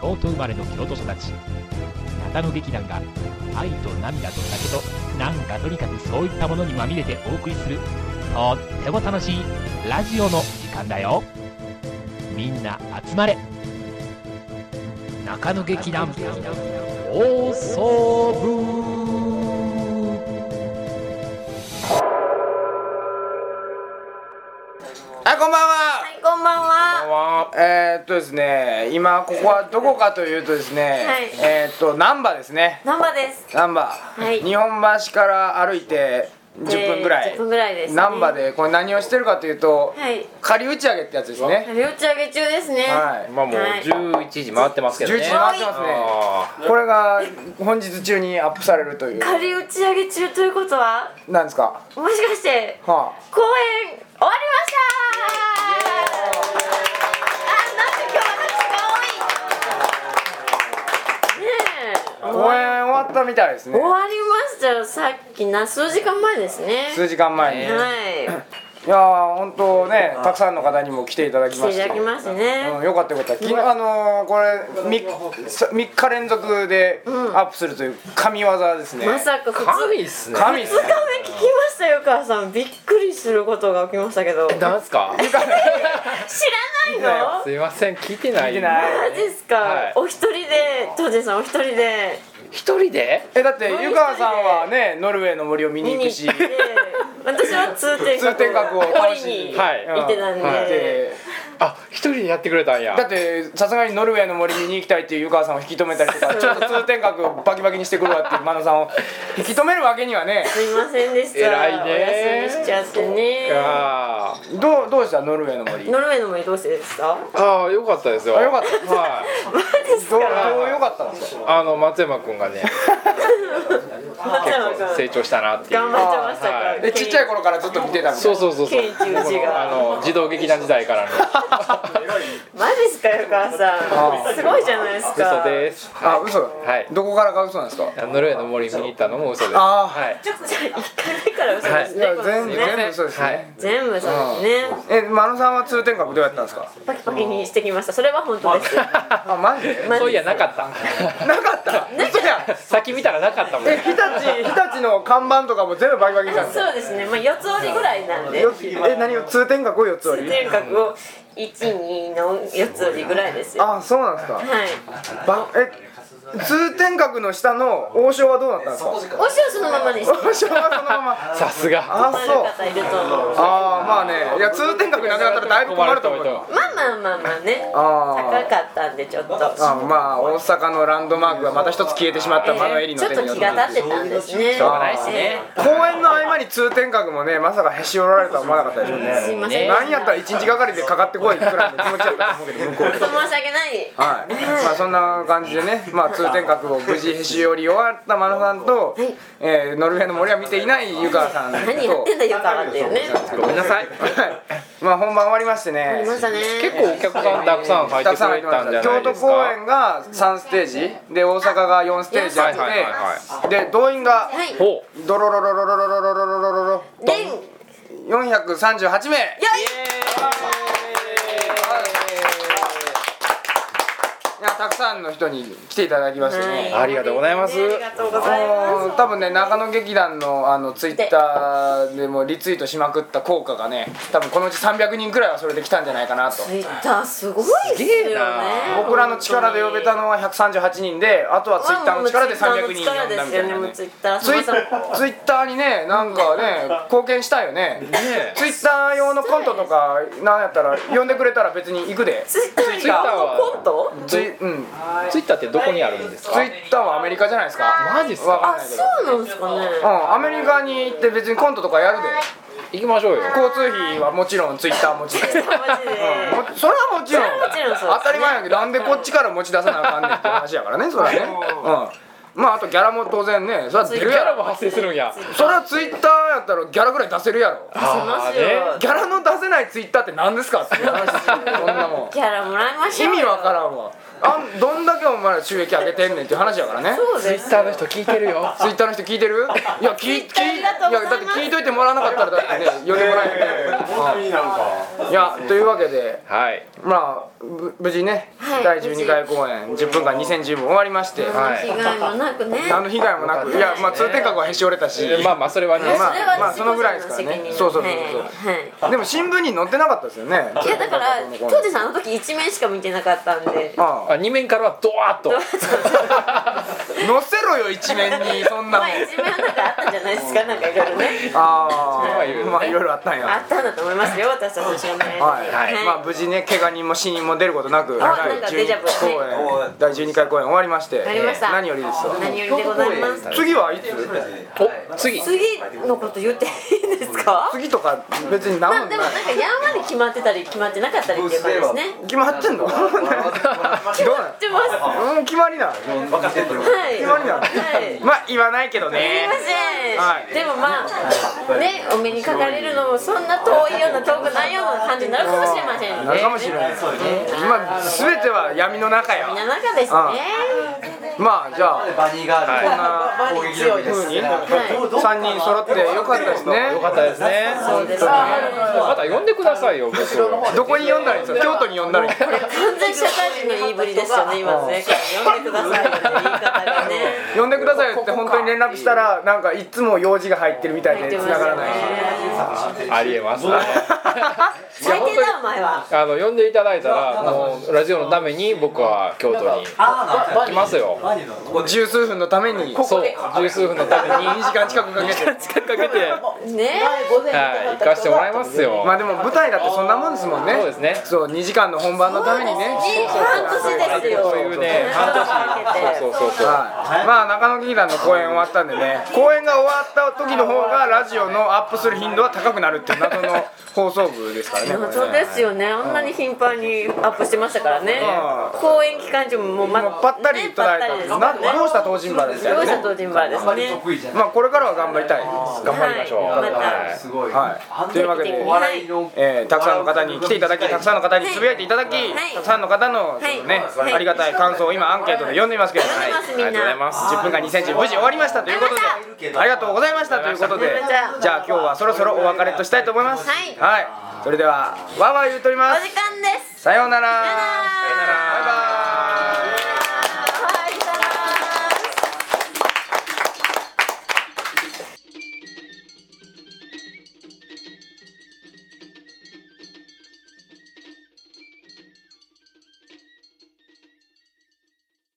京都生まれの京都育ち中野劇団が愛と涙と酒となんかとにかくそういったものにまみれてお送りするとっても楽しいラジオの時間だよみんな集まれ中野劇団放送部はい、こんばんは。はい、こんばんは。えー、っとですね、今ここはどこかというとですね、はいえー、っと難波ですね。ナンバです。難波、い日本橋から歩いて10分ぐらい。えー10分ぐらいですね難波でこれ何をしてるかというと、はい。仮打ち上げってやつですね。旅打ち上げ中ですね。はい。まあもうはい11時回ってますけど11ね。時回ってますね。あこれが本日中にアップされるという。仮打ち上げ中ということは、なんですか。もしかしては公演終わりました。あ、なんで今日あ。私が多い。ねえ。公演終わったみたいですね終。わりましたよ。さっきな数時間前ですね。数時間前に。ねはい。いやー本当ねたくさんの方にも来ていただき来まてしいてただきましたね。うん、よかったよかった昨日あのー、これ 3, 日連続でアップするという神業ですね、まさかー普通神に。っすね。神っ2す日ね目聞きましたよ、母さん。びっくりすることが起きましたけど。なんすか。知らないのすいません聞いてない。いけないマジですか、はいお一人で当時さんお一人で一人で？えだって湯川さんはねノルウェーの森を見に行見にく行しって私は通天閣通天閣を楽し折みりににはい行ってたんで、うであ一人でやってくれたんや。だってさすがにノルウェーの森見に行きたいっていう湯川さんを引き止めたり とかちょっと通天閣をバキバキにしてくるわっていう真野さんを引き止めるわけにはねすいませんでした偉いねお休みしちゃってねあーどうどうしたノルウェーの森どうノルウェーの森どうしてですかあーよかったですよ。あよかったはい。どうよかったんですかあの松山くんがね松山君成長したなっていう。頑張ってましたか、はらいえちっちゃい頃からずっと見てたみたいそうそうそうそう。ケンイチウチがあの児童劇団時代からの。マジっすかよ母さんすごいじゃないですか嘘です。あ嘘はいどこからが嘘なんですかノルウェーの森見に行ったのも嘘です。あーはい。じゃあ一回目から嘘ですいね、やこれ全部ね全部そうですね、はい全部そうでえすねマ野さんは通天閣どうやったんですかパキパキにしてきましたそれは本当ですあマジでマジそういやなかった。なかった嘘やん先見たらなかったもん。え日立日立の看板とかも全部バキバキにしたんですかそうですね、まあ四つ折りぐらいなんで、よえ何を通天閣を4つ折り全角を一二の四つ折りぐらいですよ。あそうなんですかはい。ばえ通天閣の下の王将はどうなったんですかおしはそのままにして。王将はそのままさすが。あ困るそう方いると思う。あーまあねいや通天閣なくなったらだいぶ困ると思うよまあまあまあまあね。あ高かったんでちょっと。ーあまあ大阪のランドマークがまた一つ消えてしまっえたーマノエリのちょっ手によっと気てが立ってたんですね。しょうがないですね公演の合間に通天閣もねまさかへし折られるとは思わなかったでしょうすいねません。何やったら一日がかりでかかってこいくらいの気持ちだったと思うけど向こう本当申し訳ない。はい、まあそんな感じでね、まあ、通天閣を無事へし折り終わった真野さんと、えーノルウェーの森は見ていない湯川さんと何やってんだよからっていうね。ごめんなさはい。いまあ本番終わりましてありねましたね。結構お客さんたくさん入ってたくさん入くれってまたんじしゃた京ないで都す公か。演が3ステージで大阪が4ステージあって、はいはいはで動員がはい。お、ドロロロロロロロロロロロロでん。よ438い。名いやたくさんの人に来ていただきましてね、はいありがとうございます。ありがとうございあのま多分ね中野劇団のあのツイッターでもリツイートしまくった効果がね多分このうち300人くらいはそれで来たんじゃないかなとす。ツイッターすごいですよすげえねな。僕らの力で呼べたのは138人であとはツイッターの力で300人呼んだみたいなもねうツイッターのツイ力ですよね。もうツツイイッター。ッターにねなんかね貢献したよねねえ。ツイッター用のコントとかなんやったら呼んでくれたら別に行くでツイッターのコント？ツイ,、うん、ツイッターってどこにあるんですツかイ。ッターはアメリカじゃないですかマジっすわかんあ、か。ないけそどうなんですかね。うん、アメリカに行って別にコントとかやるで行きましょうよ。交通費はもちろんツイッター持ちで マジで。もそれはもちろんそれはもちろんそうですね当たり前やけどなんでこっちから持ち出さなあかんねんっていう話やからねそれはね、まああとギャラも当然ねそれは出ギるャやラろも発生するんやそれはツイッターやったらギャラぐらい出せるやろあーねギャラの出せないツイッターって何ですかっていう話ですよこんなもんギャラもらいまし意ょうよ味わからんわあんどんだけお前ら収益上げてんねんっていう話やからねそうツイでッすターの人聞いてるよツイッターの人聞いてるいや聞い聞いツイッターありがとうございますやだって聞いといてもらわなかったらだってね呼んでもらえへんね本当になんかいやというわけではいまあぶ無事ね、はい第12回公演10分間2010分終わりまして、は被害もなくね何の被害もなく、いやまあ通天閣はへし折れたし、まあまあそれはねえそれはまあそのぐらいですからね自己責任そうそうそうそうはいはいでも新聞に載ってなかったですよねいやだから当時さんあの時一面しか見てなかったんであああ二面からはドワーッと載せろよ一面にそんなまもんあ一面はなんかあったんじゃないですかなんかいろいろねあまあいろいあろまあいろいろあったんあやったんだと思いますよ私たちの知らないはい、はいまあ無事ね怪我人も死人も出ることなくあ第なんか12デジャブ公演第12回公演終わりましてりました何よりですよ何よりでございます次はいつ お次次のこと言っていいんですか次とか別にま何あもでないもなんかやんわり決まってたり決まってなかったりっていう感じですね決まってんのどうな決まってますのうん決まりなの分かってるはい決まりなのはいまあ言わないけどすいねません、はいでもまあねお目にかかれるのもそんな遠いような遠くないような感じになるかもしれませんねなるかもしれないね今全ては闇の中よみんな中ですねあまあじゃあバニーガールこんなバニー強いです攻撃力は三人揃ってよかったですねよかったですねそうですねまた呼んでくださいよ僕どこに呼んだらいいんですか京都に呼んだらいいんですか完全社会人の言いぶりですよね今のね呼んでくださいよって言い方がね呼んでくださいよって本当に連絡したらなんかいつも用事が入ってるみたい言っでてま繋すよがらねないありえますね最低だお前はあの呼んでいただいたらもうラジオのために僕は京都に来ますよ十数分のために2そう十数分のために時間近くかけて時間かけてねはい、行かしてもらいますよ。まあでも舞台だってそんなもんですもんねそうですねそう2時間の本番のためにねいい半年ですよそういうね、そうそうそう。はい、まあ中野劇団の公演終わったんでね公演が終わった時の方がラジオのアップする頻度は高くなるっていう謎の放送部ですからねこれね そうですよね、あんなに頻繁にアップしてましたからねう、公演期間中ももう、まもうぱったりいただいたんです、などうした東尋坊ですどようしたねとジンバーですね。得意じゃないまあこれからは頑張りたいです頑張りましょう。はいまたはいすごいはいというわけでお笑いのえーたくさんの方に来ていただきたくさんの方につぶやいていただき、いたくさんの方の、はいねはいありがたい感想を今アンケートで読んでいますけれども、読んでますみんなありがとうございます10分間2センチ無事終わりましたということでありがとうございましたということでありがとうございましたじゃあ今日はそろそろお別れとしたいと思いますはいそれではわーわー言うとりおます時間です。さようならさようならさようなら